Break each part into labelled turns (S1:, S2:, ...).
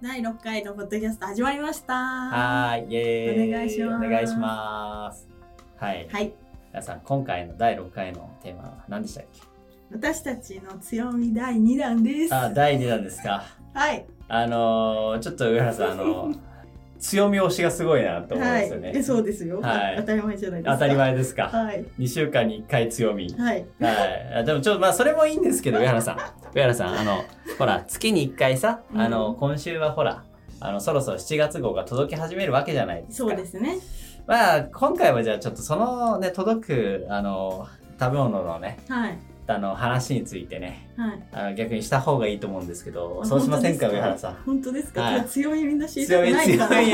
S1: 第6回のポッドキャスト始まりました。は
S2: はい、イエーイ
S1: お願いします
S2: お願いしますはい、
S1: い。
S2: 皆さん、今回の第6回のテーマは何でしたっけ
S1: 私たちの強み第2弾です。
S2: あ、
S1: は
S2: 第2弾ですか。
S1: い。
S2: あのー、ちょっと上原さん、あのー、強み推しがすごいなと思うん
S1: は
S2: で
S1: い
S2: すよね。。
S1: え、そうですよ。
S2: はい
S1: 当たり前じゃないですか。
S2: 当たり。前ですか。
S1: はい。
S2: 2週間に1回強み。
S1: はい。
S2: はいあ。でもちょっと、まあ、それもいいんですけど、上原さん。上原さん、あの、ほら、月に1回さ、あ
S1: う
S2: の、
S1: ん
S2: 今週はほら、あの、そろそろ7月号が届き始めるわけじゃないですか。
S1: そうですね。
S2: まあ、今回はじゃあちょっとそのね、届く、あの、食べ物のね、
S1: はい。
S2: あの、話についてね、
S1: はい。
S2: あの逆にした方がいいと思うんですけど、
S1: あ
S2: そうしませんか、
S1: 本当ですか
S2: 上原さん。
S1: 本当ですか、
S2: はい
S1: これ強みみんな知りた
S2: 強
S1: く
S2: み、
S1: ない
S2: 強
S1: から。
S2: み。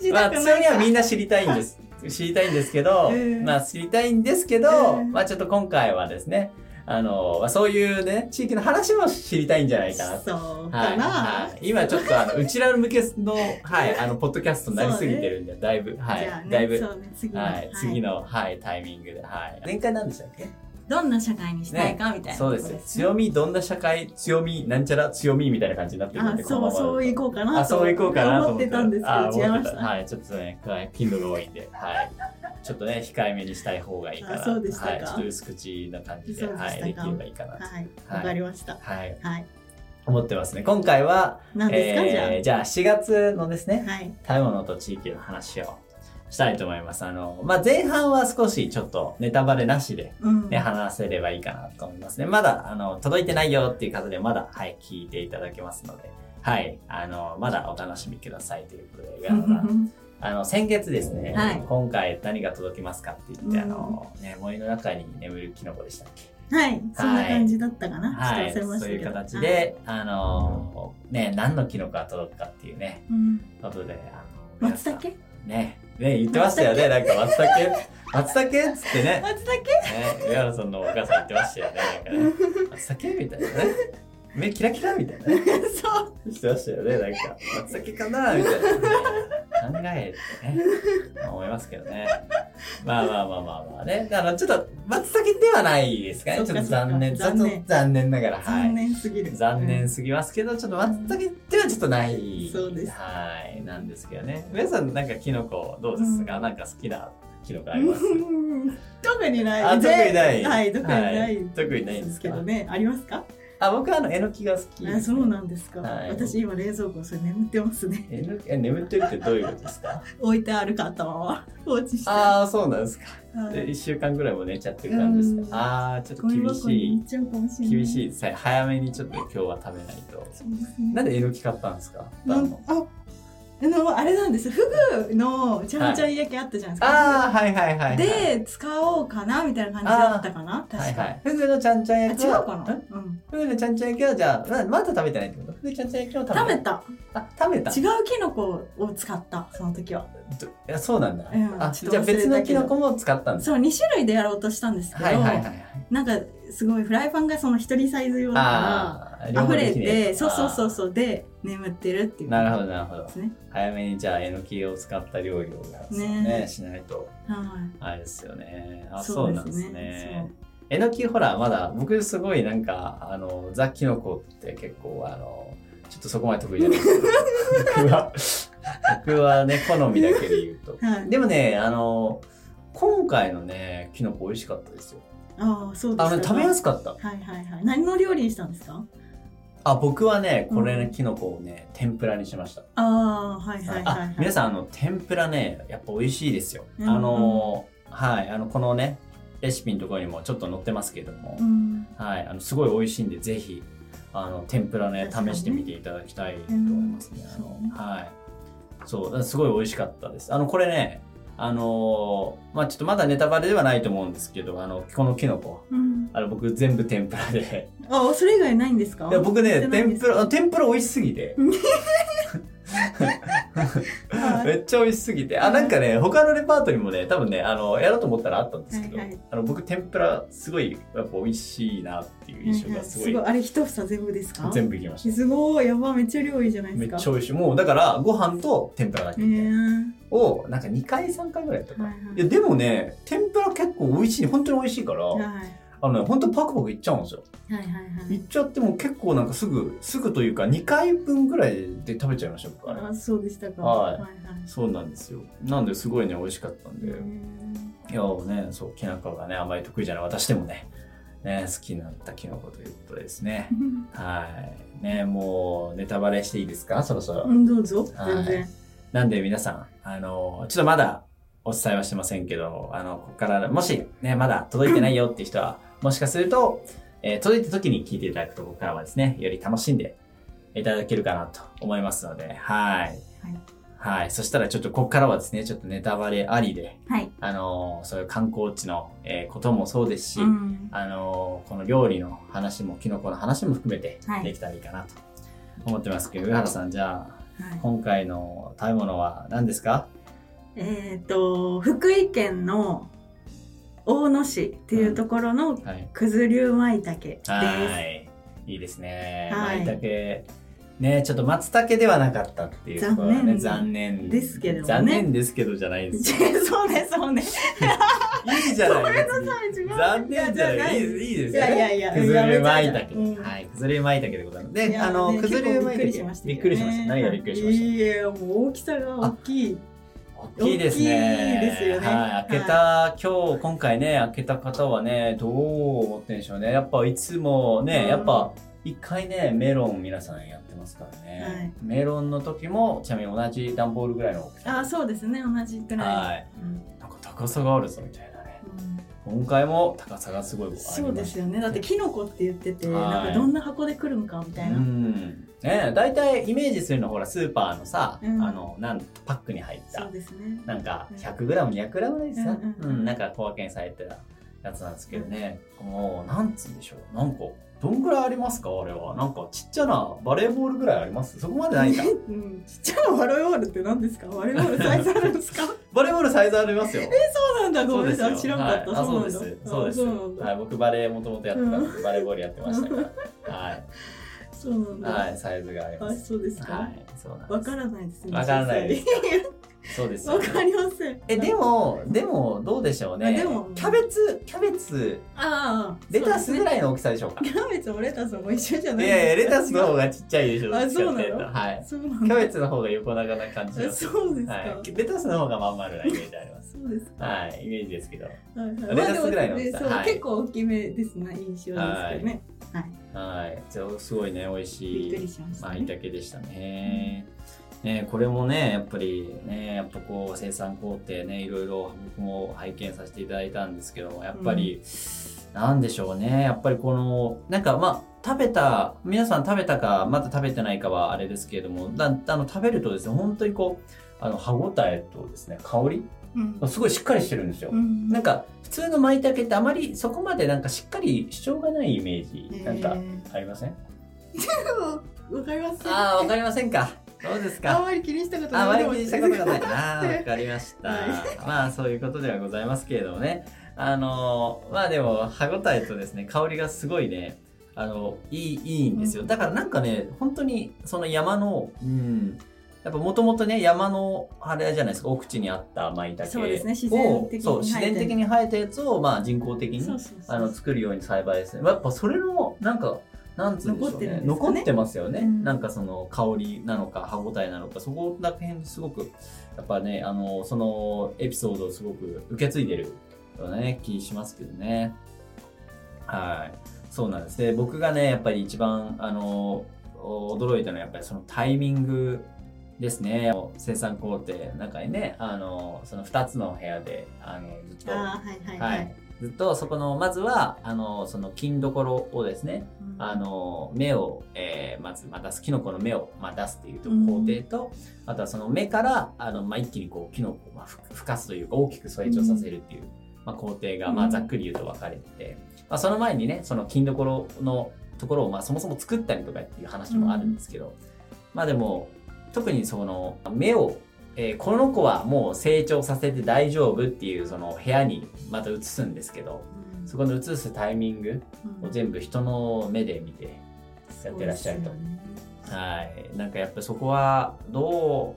S1: 知り
S2: ま
S1: た
S2: あ、
S1: くない
S2: 強みはみん
S1: な。
S2: な知りたいんです。知りたいんですけど、
S1: うん
S2: まあ、知りたいんですけど、
S1: うん
S2: まあ、ちょっと今回はですね、あの、まあそういうね、地域の話も知りたいんじゃないかなと。
S1: そう
S2: は
S1: か
S2: い、
S1: な、
S2: はい、今ちょっとあのうちら向けの、はい、あのポッドキャストになりすぎてるんで、だいぶ、は
S1: じゃあ
S2: い、
S1: ね、
S2: だいぶ
S1: そうね、次の、
S2: はい、次の、はい、タイミングで、はい。前回何でしたっけ
S1: どんな社会にしたいかみたいな
S2: そ
S1: と
S2: う
S1: こ
S2: で
S1: ね、
S2: す。強み、どんな社会、強み、なんちゃら、強みみたいな感じになってるん
S1: あ
S2: で、、このま
S1: そう、
S2: ま
S1: そういこうかな
S2: あ、
S1: と
S2: そういこうかな
S1: 思
S2: と
S1: っ
S2: 思って
S1: てたんですけ
S2: あ
S1: ど、違い
S2: 思っ
S1: ま
S2: て
S1: した。
S2: はい、ちょっとね、はい頻度が多いんで、はい。ちょっとね、控えめにしたい方がいいから、
S1: あそうでしたか
S2: はい、ちょっと薄口な感じで、
S1: そうでしたか
S2: はい、できればいいかなと。
S1: はい、
S2: はい
S1: わかりました。
S2: はい、
S1: はい、
S2: 思ってますね。今回は、
S1: 何ですか、
S2: えーじゃあ7月のですね
S1: じ、ゃあ。はい、
S2: 食べ物と地域の話をしたいと思います。あの、まあ、前半は少しちょっとネタバレなしで、
S1: うん、
S2: ね、話せればいいかなと思いますね。まだ、あの、届いてないよっていう方で、まだ、はい、聞いていただけますので、はい、あの、まだお楽しみくださいということで、上
S1: うん
S2: 原
S1: う
S2: さん
S1: んうん
S2: あの、先月ですね、
S1: はい
S2: 今回何が届きますかって言って、あ
S1: うん
S2: の、ね、森の中に眠るキノコでしたっけ
S1: はい、そんな感じだったかな。
S2: はい、
S1: ちょっと忘れまし
S2: そ
S1: た
S2: う
S1: け
S2: い
S1: ど
S2: う形、で、あの、ね、何のキノコが届くかっていうね、
S1: はいうん、
S2: ことで、あの、皆
S1: 松
S2: さん
S1: 茸。
S2: ね、ね、言ってましたよね、なんか松茸、松茸っつってね、
S1: 松茸。
S2: ね、上原さんのお母さん言ってましたよね。なんかね、 松茸みたいなね。目キラキラみたいなね。
S1: そう、
S2: してましたよね。なんか、松茸かなみたいな、考えてね、まあ思いますけどね。まあまあまあまあまあね。あの、ちょっと、松茸ではないですかね。ち
S1: そ
S2: ょ
S1: っ
S2: っ
S1: か
S2: と残念。ち
S1: そっ
S2: ょ
S1: か
S2: っと残念ながら、は
S1: 残
S2: い。
S1: 念すぎる。
S2: 残念
S1: うん。
S2: すぎますけど、ちょっと松茸ではちょっとない。
S1: そうです
S2: はい。なんですけどね。皆さん、なんかキノコどうです
S1: う
S2: か、
S1: ん
S2: なんか好きなキノコあります
S1: うん特にない。
S2: あ特にない
S1: はい、特にな
S2: はいい。特にないんですか
S1: けどね、ありますか。
S2: あ、僕はあの、えのきが好き、
S1: あ、そうなんですか。
S2: はい
S1: 私今冷蔵庫それ眠ってますね。
S2: えのきえ眠ってるってどういうことで すか
S1: 置いてあるかったまま放置して。
S2: ああそうなんですか
S1: はい
S2: で1週間ぐらいも寝ちゃってる感じです
S1: うん
S2: かああちょっと
S1: ゴミ
S2: 厳
S1: 箱に
S2: し
S1: 行
S2: い
S1: っちゃうかもしれない。
S2: 厳しいですね早めにちょっと今日は食べないと
S1: そうですね。
S2: なんでえのき買ったんですか
S1: なんあ、あの、あれなんです。フグのちゃんちゃん焼きあったじゃないですか。
S2: ああはいはいはいはい
S1: で、使おうかなみたいな感じだったかな
S2: は
S1: 確
S2: い
S1: か。
S2: はいフグのちゃんちゃん
S1: あ違
S2: 焼
S1: う
S2: きは
S1: か
S2: ん
S1: な、うん、
S2: フグのちゃんちゃん焼きはじゃあままだ食べてないってことフグちゃんちゃん焼きを食べ
S1: 食べ
S2: た
S1: た
S2: あ食べた
S1: 違うキノコを使ったその時は
S2: どいやそうなんだ、
S1: うん
S2: あ
S1: ち
S2: じ
S1: ょっ
S2: ゃ
S1: と
S2: あ
S1: 忘れたけど
S2: 別のキノコも使ったんです
S1: そう2種類でやろうとしたんですけど、
S2: はいはいはいはい
S1: なんかすごいフライパンがその一人サイズ用だか
S2: あー両
S1: ら
S2: 方
S1: 溢
S2: で
S1: れ
S2: きねえ
S1: てそうそうそうそうで眠ってるっていう
S2: なるほどなるほど
S1: ですね
S2: 早めにじゃあえのきを使った料理をね
S1: ねえ
S2: しないと
S1: は
S2: あれですよねあ
S1: そ
S2: そう
S1: ですね
S2: うなんですねえのきほらまだ僕すごいなんかあのザ・キノコって結構あのちょっとそこまで得意じゃない僕は 僕はね好みだけで言うと
S1: い、はい、
S2: でもねあの今回のねキノコ美味しかったですよ
S1: ああそうです
S2: あのね食べや
S1: す
S2: すかった
S1: はいはいはい何の料理にしたんですか
S2: あ僕はねこれ
S1: う
S2: の
S1: ん
S2: キノコをね天ぷらにしました
S1: ああはいはいはい、はい
S2: あ、皆さんあの天ぷらねやっぱ美味しいですよ、
S1: うん
S2: あのはいあのこのねレシピのところにもちょっと載ってますけども、
S1: うん
S2: はいあのすごい美味しいんでぜひあの天ぷらね
S1: 確かにね
S2: 試してみていただきたいと思いますね、
S1: うん
S2: あ
S1: そ
S2: の
S1: うね
S2: はいそうすごい美味しかったですあのこれねあのまあちょっとまだネタバレではないと思うんですけどあのこのキノコ
S1: うん、
S2: あの僕全部天ぷらで
S1: あそれ以外ないんですか
S2: いや僕
S1: やって
S2: ね
S1: ないんで
S2: 天
S1: す
S2: ぷら天ぷら美味しすぎて
S1: はい
S2: めっちゃ美味しすぎて。あ、なんかね、他のレパートリーもね、多分ね、あの、やろうと思ったらあったんですけど、
S1: はいはい
S2: あの、僕、天ぷら、すごい、やっぱ美味しいなっていう印象がすごい、
S1: あれ一房全部ですか
S2: 全部いきまし
S1: すごいやばめっちゃ量いいじゃな
S2: た。
S1: いで
S2: めっ
S1: す
S2: ち
S1: か
S2: ゃ美味しい。もう、だから、ご飯と天ぷらだけ
S1: えー
S2: を、なんか2回、3回ぐらいやったかな。
S1: はいはい
S2: いや、でもね、天ぷら結構美味しい。本当に美味しいから、
S1: はい
S2: あのね、ほんとパクパクいっちゃうんですよ。
S1: はいはいはい
S2: いっちゃってもう結構なんかすぐ、すぐというか2回分ぐらいで食べちゃいました、僕あれ。
S1: あそうでしたか
S2: はい
S1: はい
S2: そうなんですよ。なんですごいね、美味しかったんで。
S1: へー
S2: いやね、そう、きなこがね、あんまり得意じゃない私でもね、ね、好きになったきのこということですね。はい。ね、もう、ネタバレしていいですかそろそろ。
S1: うんどうぞ
S2: はい
S1: 全然
S2: なんで皆さん、あの、ちょっとまだお伝えはしてませんけど、あの、ここから、もしね、まだ届いてないよっていう人は、もしかすると、えー届いた時に聞いていただくと、ここからはですね、より楽しんでいただけるかなと思いますので、はい。はい。そしたらちょっとここからはですね、ちょっとネタバレありで、
S1: はい
S2: あの、そういう観光地の、えーこともそうですし、
S1: うん
S2: あのこの料理の話も、キノコの話も含めて
S1: はい
S2: できたらいいかなと思ってますけど、上原さん、じゃあ、
S1: はい
S2: 今回の食べ物は何ですか
S1: えっと福井県の大野市っていうところの
S2: はい。
S1: くず竜舞茸です
S2: はい。いいですね。
S1: はい
S2: 舞茸。ねちょっと松茸ではなかったっていうところはね、
S1: 残
S2: 残念
S1: ですけどね
S2: 残念ですけどじゃないんですよ。
S1: そうねそうね
S2: いいじゃないですか。
S1: 違う
S2: 残念じゃない。いいいいです
S1: い
S2: よ
S1: や
S2: ね。
S1: いやいや
S2: くずりゅうまいたけ。
S1: うん
S2: はい。くずりゅうまいたけでございます。
S1: い
S2: で、
S1: や
S2: あの、
S1: ね
S2: くずりゅうまいたけ。
S1: 結構
S2: びっくりしました。何がびっくりしました
S1: いやもう大きさが大きい
S2: 大きいですね。
S1: 大きいですよね
S2: はい。開けた、今日、今回ね、開けた方はね、どう思ってんでしょうね。やっぱいつもね、
S1: うん
S2: やっぱ、一回ね、メロン皆さんやってますからね。
S1: はい
S2: メロンの時も、ちなみに同じ段ボールぐらいの大きさ。
S1: あそうですね同じくらい
S2: はい。
S1: うん
S2: なんか高さがあるぞ、みたいなね。
S1: うん
S2: 今回も高さがすごいありました
S1: そうですよねだってキノコって言ってて
S2: はい。
S1: なんかどんな箱で来るのかみたいうなん
S2: ね大体イメージするのはほら、スーパーのさ、
S1: うん
S2: あの、なん、パックに入っ
S1: そ
S2: た
S1: う、ですね
S2: なんか 100g、200g ぐらいですか、
S1: うん
S2: う
S1: うんんうん
S2: なんか小分けにされてたやつなんですけどね、もう、なんつうんでしょう。なんか、どんぐらいありますかあれは。なんか、ちっちゃなバレーボールぐらいありますそこまでないか。
S1: うんちっちゃなバレーボールって何ですかバレーボールサイズあるんです かそ
S2: バレーボールサイズありますよ。
S1: うなんだごめんなさい知らなかった、
S2: はいあそうです。そうです。
S1: そうなんだ
S2: はい、僕バレーもともとやってたんで、バレーボールやってま したから。はい。
S1: そうなんだ、
S2: はい、サイズがありま
S1: あ
S2: す。
S1: そうですか、
S2: はい、そうなん
S1: わ
S2: です
S1: か。らないですね。
S2: わからないです
S1: す。
S2: そうですよ
S1: わかりません。
S2: えでもでもどうでしょうね
S1: あでも
S2: キャベツキャベツ
S1: ああ、
S2: レタスぐ
S1: い。
S2: らいの大きさでしょうか
S1: キャベツもレタスも一緒じゃ
S2: い
S1: ない。
S2: やいやレタスの方。がちっちゃいでしょ
S1: あそうなの
S2: どっちかっていとはい
S1: そうなん
S2: キ
S1: だ。
S2: ャベツの方が横長な感じなん
S1: あそうですか。
S2: はい、レタスの方がまん丸なイメージあります
S1: そうですか。
S2: はいイメージですけど
S1: はいはい
S2: レタスぐらいの
S1: まあでも
S2: 大きさはい
S1: そう結構大きめですね印象ですけどね。はい。
S2: はいじゃあすごいね美味し
S1: びっく
S2: い
S1: りしました
S2: まい
S1: ね。
S2: たけでしたね、ね、これもねやっぱりねやっぱこう生産工程ねいろいろ僕も拝見させていただいたんですけどやっぱり、なんでしょうねやっぱりこのなんかまあ食べた皆さん食べたかまだ食べてないかはあれですけれどもだあの食べるとですね本当にこうあの歯ごたえとですね香り
S1: うん
S2: すごいしっかりしてるんですよ。
S1: うん
S2: なんか普通の舞茸ってあまりそこまでなんかしっかり主張がないイメージなんか
S1: えー
S2: ありません、
S1: わかります。
S2: ああ、わかりませんか。どうです
S1: あん
S2: か。
S1: まり気にしたことない。
S2: あまり気にしたことがない。ああ、
S1: はい
S2: わかりました
S1: は。
S2: まあ、そういうことではございますけれどもね。あのー、まあ、でも、歯ごたえとですね、香りがすごいね。あの、いい、いいんですよ。だから、なんかね、本当に、その山の、うん。やっぱもともとね山のあれじゃないですか奥地にあった舞茸を
S1: そうですね自然的に
S2: そう
S1: 生えてる
S2: 自然的に生えたやつを、まあ、人工的に
S1: そうそうそう
S2: あの作るように栽培ですね。やっぱそれのなんかなんつうんでしょうね。残
S1: 残
S2: っ
S1: ってて
S2: ますよね。
S1: うん
S2: なんかその香りなのか歯ごたえなのかそこら辺すごくやっぱねあのそのエピソードをすごく受け継いでるようなね気しますけどね。はい。そうなんです。で僕がねやっぱり一番あの驚いたのはやっぱりそのタイミングですね生産工程の中にねあのその2つの部屋であのずっと
S1: あーはいはい
S2: は
S1: はいい。、
S2: ずっとそこのまずはあのその金どころをですね
S1: うん
S2: あの目を、えーまずまあ出すキノコの目を、まあ、出すっていうと
S1: うん
S2: 工程と、あとはその目からあの、まあ、一気にこうキノコを、まあ、ふふかすというか大きく成長させるっていう、まあ、工程が、ま
S1: う
S2: あ、
S1: ん
S2: ざっくり言うと分かれてて、まあ、その前にねその金どころのところを、まあ、そもそも作ったりとかっていう話もあるんですけど、まあでも特にその目を、えーこの子はもう成長させて大丈夫っていうその部屋にまた移すんですけど
S1: うん
S2: そこの移すタイミングを全部人の目で見て。やってらっしゃると
S1: そうですよね
S2: はい、なんかやっぱりそこはど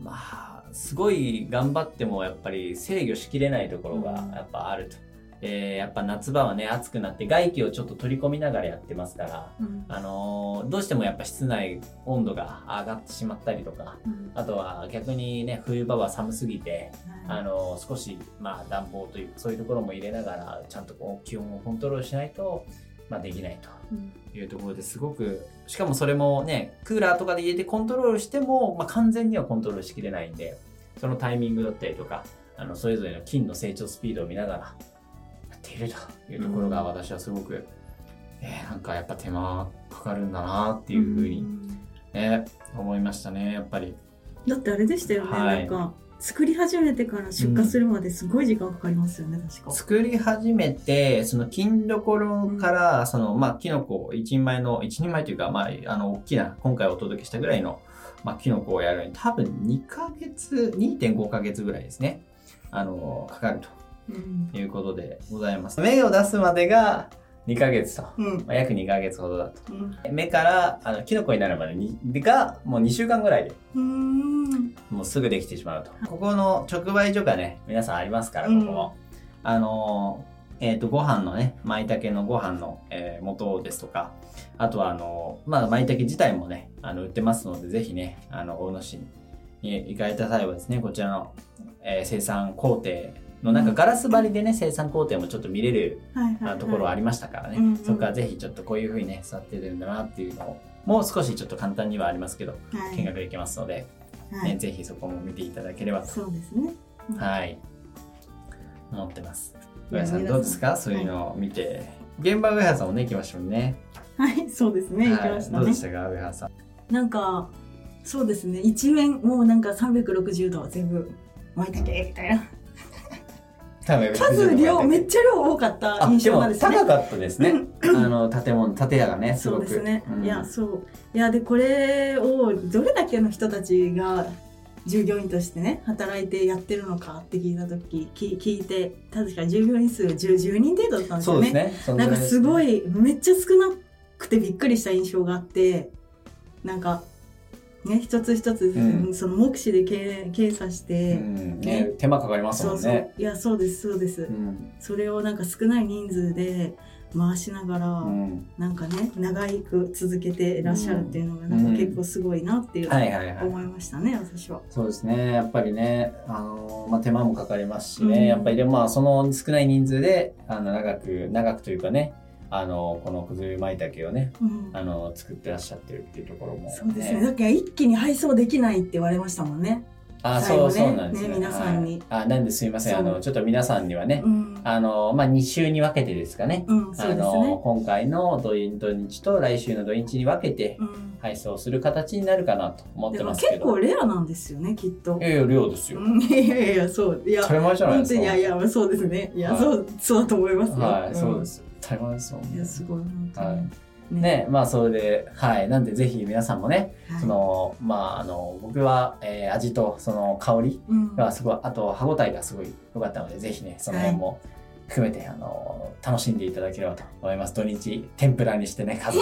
S2: うまあすごい頑張ってもやっぱり制御しきれないところが
S1: うん
S2: やっぱあると。えーやっぱ夏場はね、暑くなって外気をちょっと取り込みながらやってますから、
S1: うん
S2: あのーどうしてもやっぱ室内温度が上がってしまったりとか、
S1: うん
S2: あとは逆にね、冬場は寒すぎて、
S1: は
S2: あの少し、まあ、暖房というそういうところも入れながらちゃんとこう気温をコントロールしないと、まあ、できない
S1: いうん
S2: というところですごくしかもそれもねクーラーとかで入れてコントロールしても、まあ、完全にはコントロールしきれないんでそのタイミングだったりとかあのそれぞれの菌の成長スピードを見ながらやっているというところが
S1: うん
S2: 私はすごく、えーなんかやっぱ手間かかるんだなっていうふうに、
S1: ん
S2: ね思いましたねやっぱり。
S1: だってあれでしたよね、
S2: はい
S1: なんか作り始めてから出荷するまですごい時間かかりますよね、確か。
S2: 作り始めて、その金どころから、その、まあ、キノコ、一人前の、一人前というか、まあ、あの、大きな、今回お届けしたぐらいの、まあ、キノコをやるのに、多分2ヶ月、2.5ヶ月ぐらいですね。あの、かかる
S1: うん
S2: ということでございます。芽を出すまでが2ヶ月と。
S1: うん
S2: まあ、約2ヶ月ほどだと。
S1: うん
S2: 芽から、あの、キノコになるまでに、が、もう2週間ぐらいで、
S1: うん
S2: もうすぐできてしまうと。ここの直売所がね、皆さんありますから、ここも。あのー、えっ、と、ご飯のね、舞茸のご飯の、えー元ですとか、あとは、あのーまあ、舞茸自体もね、あの、売ってますので、ぜひね、あの、大野市に行かれた際はですね、こちらの、えー生産工程の、なんかガラス張りでね、生産工程もちょっと見れる
S1: はいはい
S2: あ
S1: は
S2: の
S1: い
S2: ところはありましたからね、
S1: うんうん
S2: そこからぜひちょっとこういう風にね、育ってるんだなっていうのを、もう少しちょっと簡単にはありますけど、
S1: はい
S2: 見学できますので、
S1: は
S2: ね、
S1: い
S2: ぜひそこも見ていただければと
S1: そうですね。
S2: はい思ってます上原さんどうですかそういうのを見て、現場上原さんもね行きましたもんね
S1: はい、そうですね。行きまし
S2: は
S1: た
S2: い、どう
S1: ね
S2: で。したか上原さん
S1: なんか、そうですね。一面、もうなんか360度全部、まいたけみたいな。数量、めっちゃ量多かった
S2: あ
S1: 印
S2: で
S1: 象なん
S2: も
S1: ですね
S2: 高。かったですねあの建物建屋がねす
S1: そ
S2: ご
S1: う
S2: く
S1: ですね。
S2: うん
S1: いや、そう。いや、で、これをどれだけの人たちが従業員としてね、働いてやってるのかって聞いたとき、き聞いて、確か従業員数 10, 10人程度だったんです
S2: そ
S1: よ
S2: う
S1: ね
S2: です。ねそ
S1: なん
S2: ぐ
S1: から
S2: です
S1: ごいめっちゃ少なくてびっくりした印象があってなんかね一つ一つ、
S2: うん
S1: その目視で計計算し
S2: う
S1: て、
S2: んね手間かかります
S1: そ
S2: も
S1: うんそう、
S2: ね
S1: いやそうですそうです、
S2: うん
S1: それをなんか少ない人数で回しながら、
S2: うん
S1: なんかね長く続けていらっしゃるっていうのが
S2: うん
S1: なんか結構すごいなっていう、
S2: はいはいはい
S1: 思いましたね私は。
S2: そうですねやっぱりね、あのまあ、手間もかかりますしね、
S1: うん
S2: やっぱりでもまあその少ない人数であの長く長くというかね、あのこのくずり舞茸をね、
S1: うん
S2: あの作ってらっしゃってるっていうところも、ね、
S1: そうですね、だから一気に配送できないって言われましたもんね。
S2: あ
S1: 最後
S2: そ
S1: ね
S2: うそうなんですね
S1: ね皆さんに
S2: はいあなんですいませんあ
S1: そ
S2: の
S1: う
S2: ちょっと皆さんにはね、
S1: うん、
S2: あのまあ、2週に分けてですかね
S1: うん、そう
S2: あ
S1: です
S2: の
S1: ね。
S2: 今回の土日と来週の土日に分けて
S1: うん
S2: 配送する形になるかなと思っ
S1: で
S2: て
S1: も
S2: ますけ
S1: 結
S2: ど
S1: 構レアなんですよねきっと
S2: い。やいや量ですよ
S1: うんいやいやいやそういや
S2: 当たり前じゃない
S1: 本
S2: です
S1: 当
S2: か
S1: にいやいやそうですねいや、
S2: はい
S1: そうそうだと思いますよ
S2: はい、
S1: ん
S2: そうです。当たり前ですもん
S1: い
S2: ね
S1: や。すごい本当に、
S2: はね、まあそれで、はい、なんでぜひ皆さんもね、
S1: はい
S2: その、まああの、僕は、えー味とその香り
S1: うん
S2: がすごい、あと歯ごたえがすごい良かったので、ぜひね、その辺も含めて、あの、楽しんでいただければと思います。土日、天ぷらにしてね、家族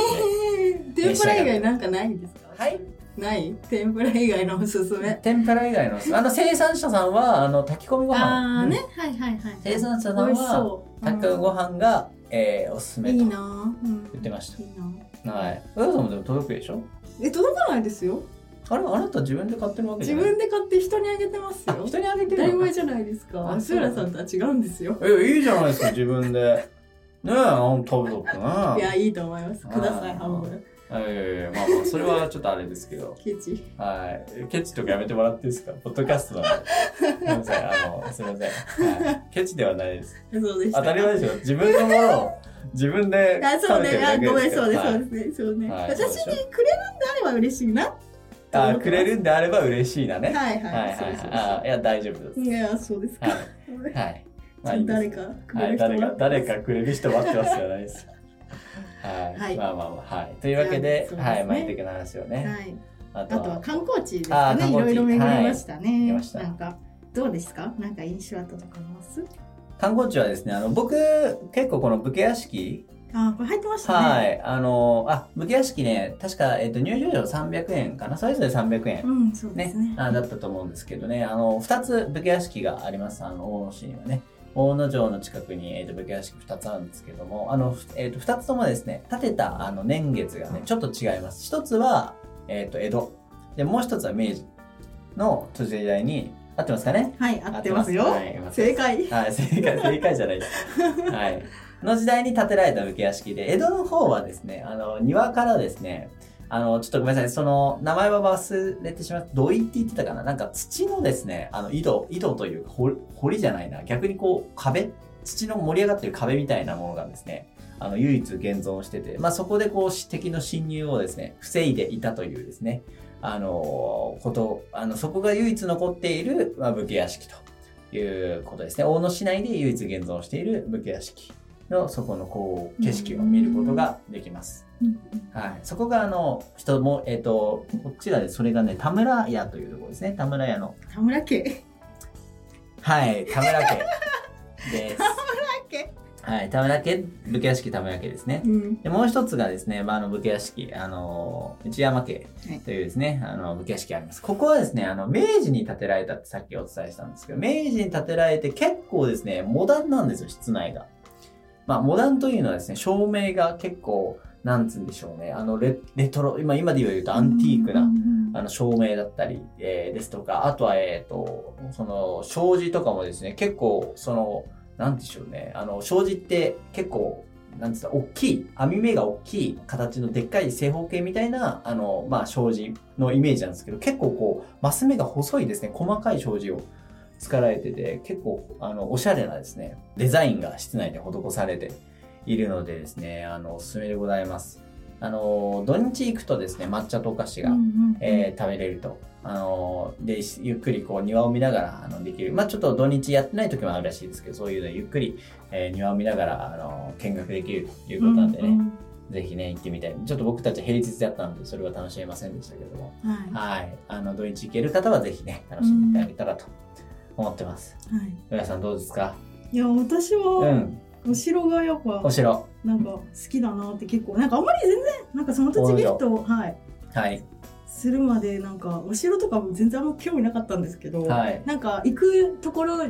S2: で。
S1: えー天ぷら以外なんかないんですか
S2: はい
S1: ない天ぷら以外のおすすめ
S2: 天ぷら以外の、あの生産者さんは、あの、炊き込みご飯。
S1: あーね、はいはいはい
S2: 生産者さん
S1: 美味し
S2: は、
S1: そう
S2: 炊き込みご飯が、えーおすす
S1: うん
S2: め
S1: い
S2: と
S1: い
S2: 言
S1: なぁ、うん、
S2: ってました
S1: いいなぁ。
S2: はい。お父さんもでも届くでしょ
S1: え届かないですよ
S2: あれあなた自分で買ってるわけじ
S1: 自
S2: ゃない
S1: 分で買って人にあげてますよ
S2: 人にあげて
S1: 当たり
S2: るの
S1: 前じゃないですか
S2: あ
S1: 安
S2: そう
S1: 浦さんとは違うんですよ
S2: えいいじゃないですか自分でねえあの食べとってね
S1: いやいいと思いますくださ
S2: あ
S1: い
S2: ー
S1: 半分
S2: えまあまあそれはちょっとあれですけど
S1: ケチ
S2: はいケチとかやめてもらっていいですかポッドキャストなんでごめんなさいあのすいません、はい、ケチではないです
S1: そうでした
S2: 当たり前でしょ自分のものを自分で
S1: あ、そ
S2: 食
S1: う
S2: べて
S1: ね、
S2: る
S1: あ、
S2: だけです
S1: ごめん、
S2: けど
S1: そうです、
S2: は
S1: そう
S2: い
S1: ですね、そうね。
S2: はい
S1: 私
S2: そうで
S1: に
S2: し
S1: くれるんであれば嬉しいな。
S2: あくれるんであれば嬉しいなね
S1: はいは
S2: はいはい
S1: い、そう
S2: は
S1: で
S2: い
S1: すそう
S2: あいや大丈夫です
S1: です。いや、そうです か。
S2: は
S1: はい
S2: はいまあい
S1: い
S2: いんです
S1: 誰
S2: けど
S1: かく
S2: は
S1: れ
S2: い、
S1: る人
S2: 誰
S1: は
S2: か、誰かくれる人待ってますじゃないです。はい、
S1: はい
S2: まあまあまあ、はい、というわけで、
S1: じゃあそうですね
S2: はい、マイテクの話をね、
S1: はい。
S2: あ
S1: あとは観光地です
S2: あ
S1: かね、
S2: ー観
S1: い
S2: 光
S1: ろ
S2: 地
S1: いろ巡りましたね。
S2: い行きました
S1: なんか、どうですかなんか印象あったとかあります
S2: 観光地はですね、あの、僕、結構この武家屋敷、
S1: あ、これ入ってましたね。
S2: は。い、あの、あ、武家屋敷ね、確か、えっ、と、入場料300円かな、それぞれ300円。
S1: うん、そうで
S2: ね
S1: すね。
S2: あだったと思うんですけどねあの2つ武家屋敷がありますあの大野市にはね大野城の近くに、えー、と武家屋敷2つあるんですけどもあの、ふえー、と2つともですね建てたあの年月がねちょっと違います1つは、えー、と江戸でもう1つは明治の時代に合ってますかね
S1: はい、合ってますよ。
S2: はい合ってます
S1: 正解。
S2: はい、正解、正解じゃないです。はい。の時代に建てられた武家屋敷で、江戸の方はですね、あの、庭からですね、あの、ちょっとごめんなさい、その、名前は忘れてしまった、土井って言ってたかななんか土のですね、あの、井戸、井戸というか、ほ堀じゃないな、逆にこう、壁土の盛り上がってる壁みたいなものがですね、あの、唯一現存してて、まあ、そこでこう、敵の侵入をですね、防いでいたというですね、あの、こと、あの、そこが唯一残っている、まあ、武家屋敷と。いうことですね。大野市内で唯一現存している武家屋敷のそこのこう景色を見ることができます。はい、そこがあの人も、えっとこちらでそれがね田村屋というところですね田村屋の
S1: 田村家。
S2: はい田村家で
S1: 田
S2: す。
S1: 村家。
S2: はい、田村家武家屋敷田村家ですね。
S1: うん。
S2: でもう一つがですね、まあ、あの武家屋敷、あの内山家
S1: はい
S2: というですね、あの武家屋敷があります。ここはですね、あの明治に建てられたってさっきお伝えしたんですけど、明治に建てられて結構ですね、モダンなんですよ、室内が。まあ、モダンというのはですね、照明が結構、なんつうんでしょうね、あのレレトロ、今今で言うとアンティークなあの照明だったり、えーですとか、あとは、えっ、と、その、障子とかもですね、結構、その、なんでしょうね、あの、障子って結構、なんつった、大きい、網目が大きい形のでっかい正方形みたいな、あの、まあ、障子のイメージなんですけど、結構こう、マス目が細いですね、細かい障子を使られてて、結構、あの、おしゃれなですね、デザインが室内で施されているのでですね、あの、おすすめでございます。あの、土日行くとですね、抹茶とお菓子がえー食べれると。あのーで、しゆっくりこう庭を見ながらあのできる。まあちょっと土日やってない時もあるらしいですけど、そういうのゆっくり、えー庭を見ながら、あのー見学できるということなんでね、ぜひね、行ってみたい。ちょっと僕たち平日だったので、それは楽しめませんでしたけども。
S1: うんうんうんは
S2: はい。あの、土日行ける方はぜひね、楽しんであげたらと思ってます。
S1: い。はい。
S2: 浦井さんどうですか
S1: いや、私
S2: う
S1: は、
S2: ん。
S1: お城がやっぱ
S2: お、城。
S1: なんか好きだなって結構、なんかあんまり全然、なんかその土地ゲットを、はい。
S2: はい。
S1: するまで、なんかお城とかも全然あんま興味なかったんですけど、
S2: はい。
S1: なんか行くところ、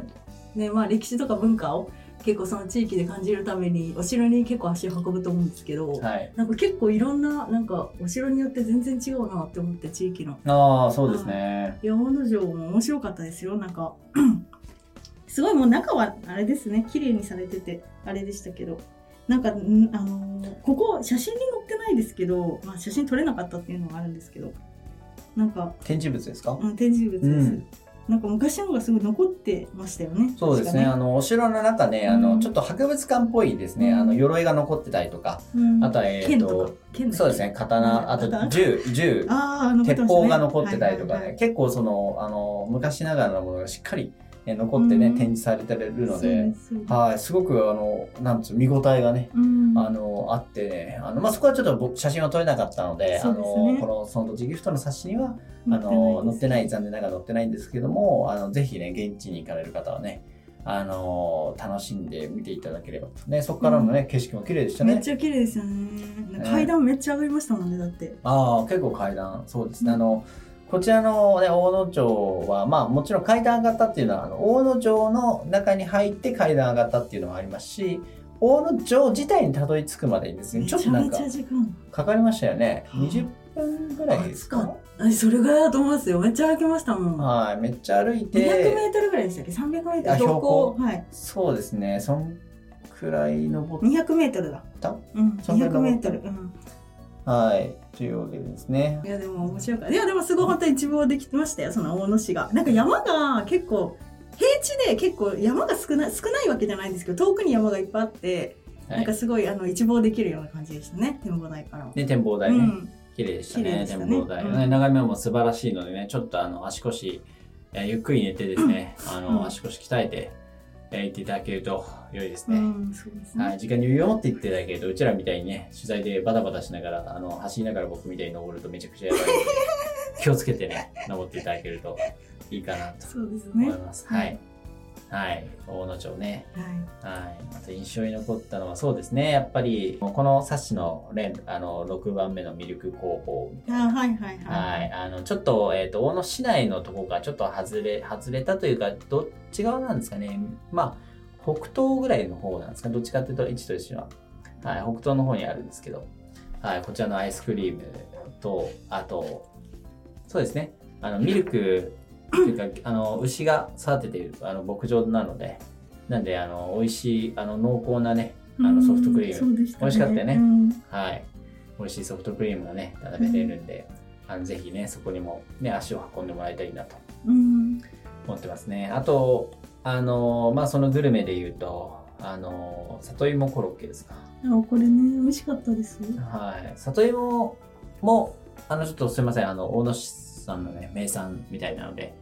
S1: ね、まあ歴史とか文化を結構その地域で感じるために、お城に結構足を運ぶと思うんですけど、
S2: はい。
S1: なんか結構いろんななんかお城によって全然違うなって思って地域の
S2: ああ、そうですね。
S1: 山本城も面白かったですよなんか すごいもう中はあれですね綺麗にされててあれでしたけどなんか、んあのーここ写真に載ってないですけど、まあ、写真撮れなかったっていうのがあるんですけどなんか、
S2: 展示物ですか
S1: うん、展示物
S2: う
S1: です、
S2: ん。
S1: なんか昔のがすごい残ってましたよね
S2: そうですね。あ
S1: 確か
S2: の、お城の中ね、あ
S1: う
S2: の、
S1: ん
S2: ちょっと博物館っぽいですね。
S1: うん
S2: あの、鎧が残ってたりとか、
S1: うん
S2: あとは、えっ、
S1: 剣とか
S2: と、
S1: 剣だっけ
S2: そうですね、刀、あと
S1: 刀
S2: 銃、銃、
S1: あー残って
S2: 鉄
S1: ましたね
S2: 砲が残ってたりとか
S1: はいはい
S2: ね
S1: は、い
S2: 結構その、あの、昔ながらのものがしっかりね残って
S1: う
S2: ね、
S1: ん
S2: 展示されてるの
S1: そう
S2: で
S1: で、すそうです
S2: はい、すごく、あの、なんつう、見応えがね、
S1: うん
S2: あの、あってね、あの、まあ、そこはちょっと僕写真は撮れなかったので、あ
S1: そう
S2: の、
S1: ですね
S2: この、その時ギフトの冊子には、あの載ってない残念ながら載ってないんですけどもあのぜひね現地に行かれる方はねあの楽しんで見ていただければとねそこからのね、景色も綺麗でした
S1: めっ
S2: ね
S1: ちゃ綺麗ですよね
S2: ね
S1: 階段めっちゃ上がりましたもんねだって
S2: ああ結構階段そうですね、
S1: うん
S2: あのこちらの、ね、大野町は、まあ、もちろん階段上がったっていうのはあの大野城の中に入って階段上がったっていうのもありますし大野城自体にたどり着くまでにですね
S1: め
S2: ち
S1: ち
S2: ょ
S1: ゃ
S2: っとなん
S1: め
S2: か
S1: ちゃ時間
S2: かかりましたよね
S1: はあ
S2: 20分ぐらいです
S1: あ
S2: か
S1: そあそれぐらいだと思いますよめっちゃ歩きましたもん
S2: はいめっちゃ歩いて
S1: 200m ぐらいでしたっけ 300m
S2: あ標
S1: 標
S2: 高
S1: 高はい
S2: そうですね、そんくらい登っ
S1: 200m だ
S2: た。
S1: うん
S2: そんな登った
S1: 200m うん
S2: はい、というわけでですね
S1: い。やでも面白かったいやでもすごい本当に一望できてましたよその大野市がなんか山が結構平地で結構山が少ない少ないわけじゃないんですけど遠くに山がいっぱいあって、
S2: は
S1: なんか
S2: い、
S1: すごいあの一望できるような感じでしたね展望台からは、
S2: で、展望
S1: う
S2: 台ね、
S1: ん、
S2: 綺麗でした
S1: 綺麗
S2: ね、
S1: でした
S2: 展
S1: ね
S2: 望台、ね
S1: うん
S2: 眺めも素晴らしいのでね、ちょっとあの足腰、えーゆっくり寝てですね、あの、
S1: うん
S2: 足腰鍛えて、えー行っていただけると良いです
S1: う
S2: ね。
S1: ん、そうですね、
S2: はい、時間に余裕を持って行っていただけると、うちらみたいにね、取材でバタバタしながら、あの、走りながら僕みたいに登るとめちゃ くちゃやばいので、気をつけてね、登っていただけるといいかなと
S1: そうですね
S2: 思います。はい。はい、大野町ね、
S1: はい
S2: はい、あと印象に残ったのはそうですねやっぱりこの冊子の連あの6番目のミルク工房みたい
S1: あ
S2: な、
S1: はいはい
S2: は、
S1: はいい。
S2: あのちょっと,、えー、と大野市内のところからちょっと外れ外れたというかどっち側なんですかねまあ北東ぐらいの方なんですかどっちかっていうと、一と一は。はい、北東の方にあるんですけど、はい、こちらのアイスクリームと、あと、そうですね、あの、ミルクというか、あの、牛が育てている、あの、牧場なので、なんで、あの、美味しい、あの、濃厚なね、あの、ソフトクリーム
S1: ム、美
S2: 美味しかったよね
S1: うん
S2: はい。美味しいソフトクリームがね、食べれるんで、あのぜひね、そこにもね、足を運んでもらいたいなと
S1: うん
S2: 思ってますね。あと、あの、まあ、そのグルメで言うと、あの、里芋コロッケですか。
S1: あこれね美味しかったです
S2: はい。里芋も、あの、ちょっとすいません、あの、大野市さんのね、名産みたいなので、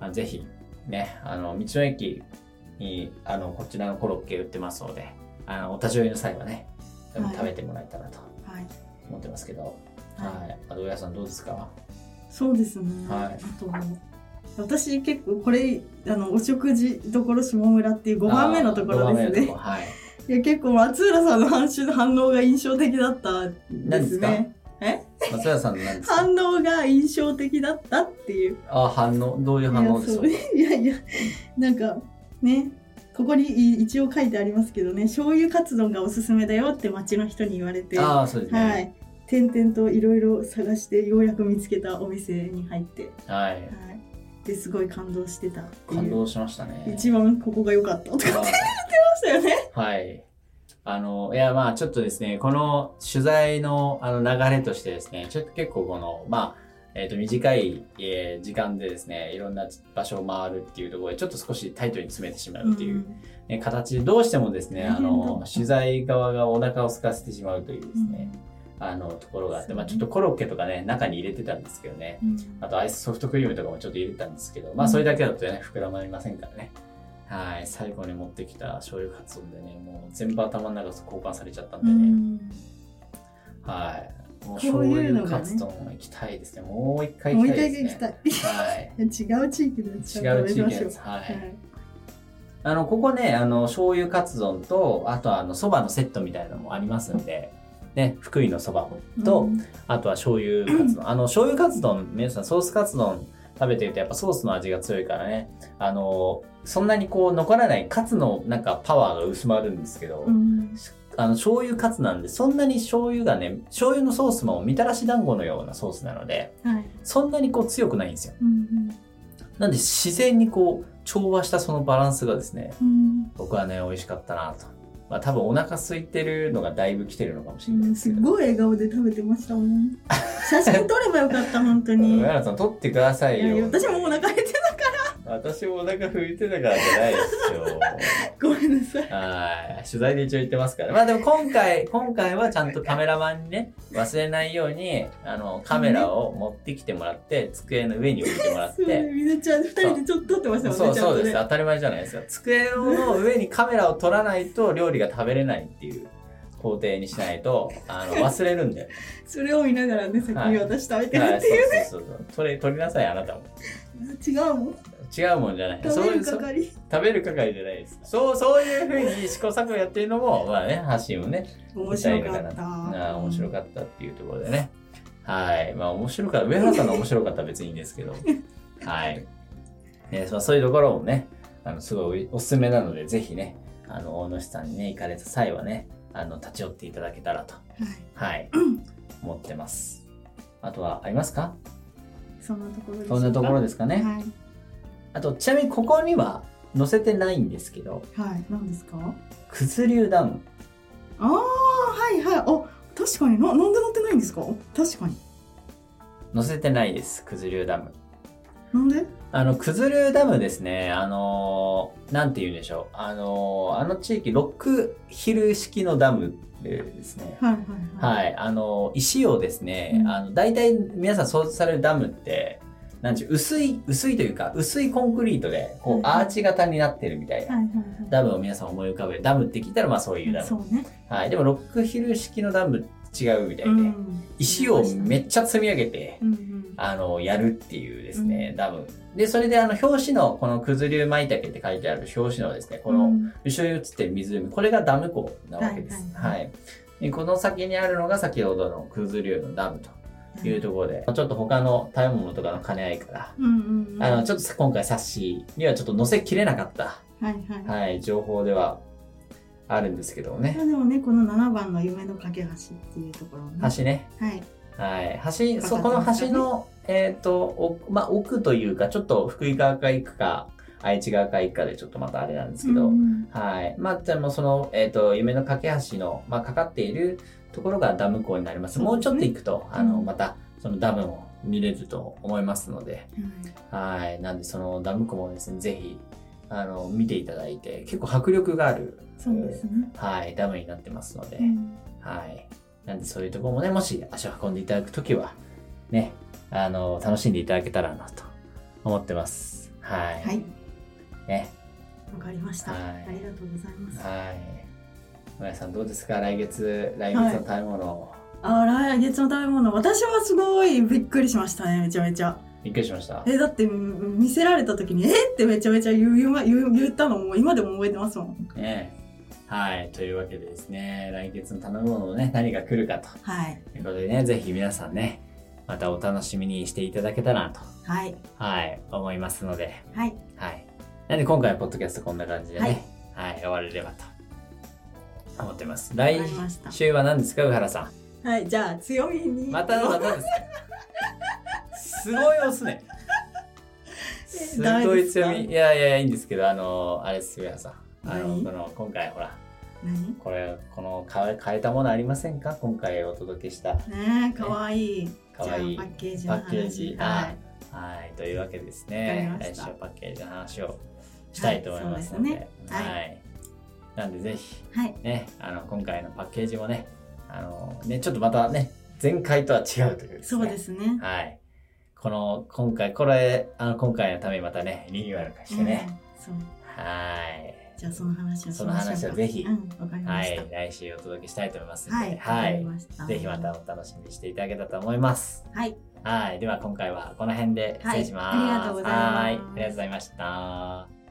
S2: あのぜひ、ね、あの、道の駅に、あの、こちらのコロッケ売ってますので、あの、お立ち寄りの際はね、
S1: はい
S2: 食べてもらえたらと
S1: はい
S2: 思ってますけど、はい。あと、親さんどうですか
S1: そうですね、
S2: はい
S1: あと私結構これあのお食事どころ下村っていう5番目のところです
S2: あー五番目のとこ
S1: ね
S2: ろはい。
S1: いや結構松浦さんの反応反応が印象的だったで
S2: 何です
S1: す
S2: か
S1: ね
S2: 松田さんなんですか
S1: 反応が印象的だったっていう
S2: あー、反応、どういう
S1: い
S2: 反
S1: や
S2: 応です
S1: そ
S2: か
S1: ういやいやなんかねここにい一応書いてありますけどね醤油カツ丼がおすすめだよって町の人に言われては
S2: ああ、そうですね。
S1: い点々といろいろ探してようやく見つけたお店に入って、は
S2: はい。
S1: い、ですごい感動してたって
S2: 感
S1: いう
S2: 動しましたね。
S1: 一番ここが良かったとか言ってましたよね
S2: はい。あの、いや、まあ、ちょっとですね、この取材のあの流れとしてですね、ちょっと結構この、まあ、えっ、と、短い、えー時間でですね、いろんな場所を回るっていうところで、ちょっと少しタイトに詰めてしまうっていう、
S1: ん
S2: ね形で、どうしてもですね、
S1: 大
S2: あ
S1: 変
S2: の
S1: だ、
S2: 取材側がお腹を空かせてしまうというですね、あのところがあって、まあ、ちょっとコロッケとかね中に入れてたんですけどね
S1: うん
S2: あとアイスソフトクリームとかもちょっと入れてたんですけどまあそれだけだとね膨らまりませんからねはい最後に持ってきた醤油カツ丼でねもう全部頭の中と交換されちゃったん
S1: う
S2: でね、
S1: ん
S2: はいもう
S1: こ
S2: 醤
S1: ういうの
S2: 油
S1: がね
S2: カツ丼行きたいですねもう一回
S1: も
S2: 行
S1: う
S2: き
S1: 一
S2: たいで
S1: 回
S2: す
S1: 行きた
S2: ね
S1: い
S2: はい
S1: 違う地域で ち
S2: 違
S1: ょっ
S2: う
S1: と
S2: 地
S1: 食べ
S2: 域
S1: まし
S2: の
S1: ょ
S2: や
S1: う
S2: つは
S1: はいい
S2: あのここねあの醤油カツ丼とあとあのそばのセットみたいなのもありますんでね福井のそばと、
S1: うん
S2: あとは醤油 カツ丼。あの、醤油カツ丼、皆さんソースカツ丼食べてるとやっぱソースの味が強いからね、あの、そんなにこう残らないカツのなんかパワーが薄まるんですけど、
S1: うん
S2: あの、醤油カツなんで、そんなに醤油がね、醤油のソースもみたらし団子のようなソースなので、
S1: はい
S2: そんなにこう強くないんですよ。
S1: うん
S2: なんで自然にこう調和したそのバランスがですね、
S1: うん
S2: 僕はね、美味しかったなと。まあ多分お腹空いてるのがだいぶ来てるのかもしれないです
S1: す
S2: け
S1: っ
S2: ど。
S1: ごい笑顔で食べてましたもん写真撮ればよかった本当 にい
S2: 上原さん、取ってください
S1: や
S2: よ。
S1: 私もお腹減ってた
S2: 私もお腹拭いてたからじゃないで すよ。
S1: ごめんなさい
S2: はい。取材で一応言ってますから。まあでも今回、今回はちゃんとカメラマンにね、忘れないように、あの、カメラを持ってきてもらって、机の上に置いてもらっ
S1: すごい
S2: て。
S1: みなちゃん二人でちょっと撮ってました
S2: そ
S1: もん
S2: う
S1: ね
S2: そうで
S1: ちゃ
S2: す。
S1: んとね
S2: 当たり前じゃないですか。机の上にカメラを撮らないと料理が食べれないっていう工程にしないと、あの、忘れるんだよ。
S1: それを見ながらね先
S2: はい
S1: に私食べてる
S2: は
S1: っ
S2: い、
S1: ていう、
S2: そうそうそうそう。撮れ、撮りなさい、あなたも。
S1: 違うもん
S2: 違うもんじゃない。
S1: 食べる
S2: そうそう
S1: 係
S2: 食べる係じゃないですそうそういうふうに試行錯誤やってるのもまあね発信をね
S1: 面白かった
S2: あ面白かったっていうところでねはいまあ面白かった上原さんの面白かったら別にいいんで すけどはい、ねそうそういうところもねあのすごいおすすめなのでぜひねあの大野市さんにね行かれた際はねあの立ち寄っていただけたらと
S1: はい
S2: はい思ってますあとはありますか
S1: そんなところです
S2: そんなところですかね
S1: はい
S2: あとちなみにここには載せてないんですけど
S1: はい何ですか
S2: 九頭竜ダム
S1: ああはいはいお確かにななんで乗ってないんですか確かに
S2: 載せてないです、九頭竜ダム。
S1: なんで
S2: あの、九頭竜ダムですね、あのーなんて言うんでしょう。あのーあの地域、ロックヒル式のダムですね。
S1: はいはいはい
S2: はい、あのー石をですね、
S1: うん
S2: あの、大体皆さん想像されるダムって、なんちゅう、薄い、薄いというか、薄いコンクリートで、こう、
S1: はい
S2: アーチ型になってるみたい
S1: はい
S2: な。
S1: はいは
S2: ダムを皆さん思い浮かべる。ダムって聞いたら、まあそういうダ
S1: いそ
S2: ム。
S1: うね
S2: はい。でも、ロックヒル式のダム違うみたい
S1: う
S2: で、
S1: ん
S2: 石をめっちゃ積み上げて、
S1: うんうん
S2: あの、やるっていうですね、
S1: うん
S2: ダム。で、それであの、表紙の、この、くずりゅうまいたけって書いてある表紙のですね、こ
S1: う
S2: の、
S1: ん
S2: 後ろに映ってる湖、これがダム湖なわけです。
S1: はい
S2: は、
S1: はい
S2: でこの先にあるのが先ほどのくずりゅうのダムというところで、ちょっと他の食べ物とかの兼ね合いから、
S1: うんうんうん
S2: あの、ちょっと今回冊子にはちょっと載せきれなかった
S1: はいはい、
S2: はい、情報ではあるんですけどもね
S1: まあ、。でもねこの7番の「夢の架け橋」っていうところもね、
S2: 橋ね。
S1: はい
S2: はい。橋、
S1: か
S2: そこの橋の、えっ、と、おまあ、奥というか、ちょっと福井側から行くか、愛知側から行くかで、ちょっとまたあれなんですけど、
S1: うん
S2: はい。まあ、でもその、えっ、と、夢の架け橋の、まあ、かかっているところがダム港になります。
S1: そうですね
S2: もうちょっと行くと、あの、
S1: うん
S2: また、そのダムを見れると思いますので、はい。なんで、そのダム港もですね、ぜひ、あの、見ていただいて、結構迫力がある、
S1: そうですね、
S2: はい、ダムになってますので、
S1: うん
S2: はい。なんで、そういうところもね、もし足を運んでいただくときは、ね、あの、楽しんでいただけたらなと思ってます。はい。
S1: はい
S2: ね。
S1: わかりました、
S2: はい
S1: ありがとうございます、
S2: はい。村井さんどうですか来月、来月の食べ物を、
S1: あ来月の食べ物私はすごいびっくりしましたねめちゃめちゃ
S2: びっくりしました。
S1: えだってうん見せられた時に「えっ!」てめちゃめちゃ言う言う言う言ったのも今でも覚えてますもん
S2: ね。はい。というわけでですね、来月の食べ物をね、何が来るかと
S1: はい
S2: いうことでね、ぜひ皆さんね、またお楽しみにしていただけたらなと、
S1: はい
S2: はい、思いますので、
S1: はい
S2: はい。なんで今回のポッドキャストこんな感じでね、はい、終われればと思ってます。来
S1: わかりました
S2: 週は何ですか、上原さ
S1: はいじゃあ強みに
S2: ん。またまたですか。すごい押すね。すごい強
S1: ダメです
S2: み。
S1: か
S2: いやいや、いいんですけど、あの、あれです、上原さん。あの、
S1: 何
S2: この、今回ほら、
S1: 何
S2: これ、この変え、変えたものありませんか今回お届けした。
S1: ねえかわいい
S2: かわいい
S1: じゃあパッケージ
S2: パ
S1: の話
S2: ッケージ。
S1: は
S2: はいい。はい、というわけでです
S1: わ
S2: ね、
S1: かりま
S2: 来
S1: し
S2: 週
S1: た
S2: はパッケージの話をしたいと思います
S1: はいそ
S2: の
S1: う
S2: で、
S1: ですね
S2: はい。
S1: は
S2: なんでぜひ、
S1: はい
S2: ね、あの、今回のパッケージもね、あの、ね、ちょっとまたね、前回とは違うというで
S1: そうですね
S2: はい。この、今回、これ、あの、今回のためにまたね、リニューアル化してね、
S1: うんそう
S2: はい。
S1: じゃあその話をしましょうか
S2: その話をぜひ
S1: うんわかりま
S2: は
S1: した
S2: い、来週お届けしたいと思いますの
S1: は
S2: で、
S1: い
S2: は
S1: わかり
S2: い。
S1: ました
S2: ぜひまたお楽しみにしていただけたらと思います。
S1: はい
S2: はい。では今回はこの辺で失礼します。
S1: はいありがとうございます
S2: はいありがとうございました。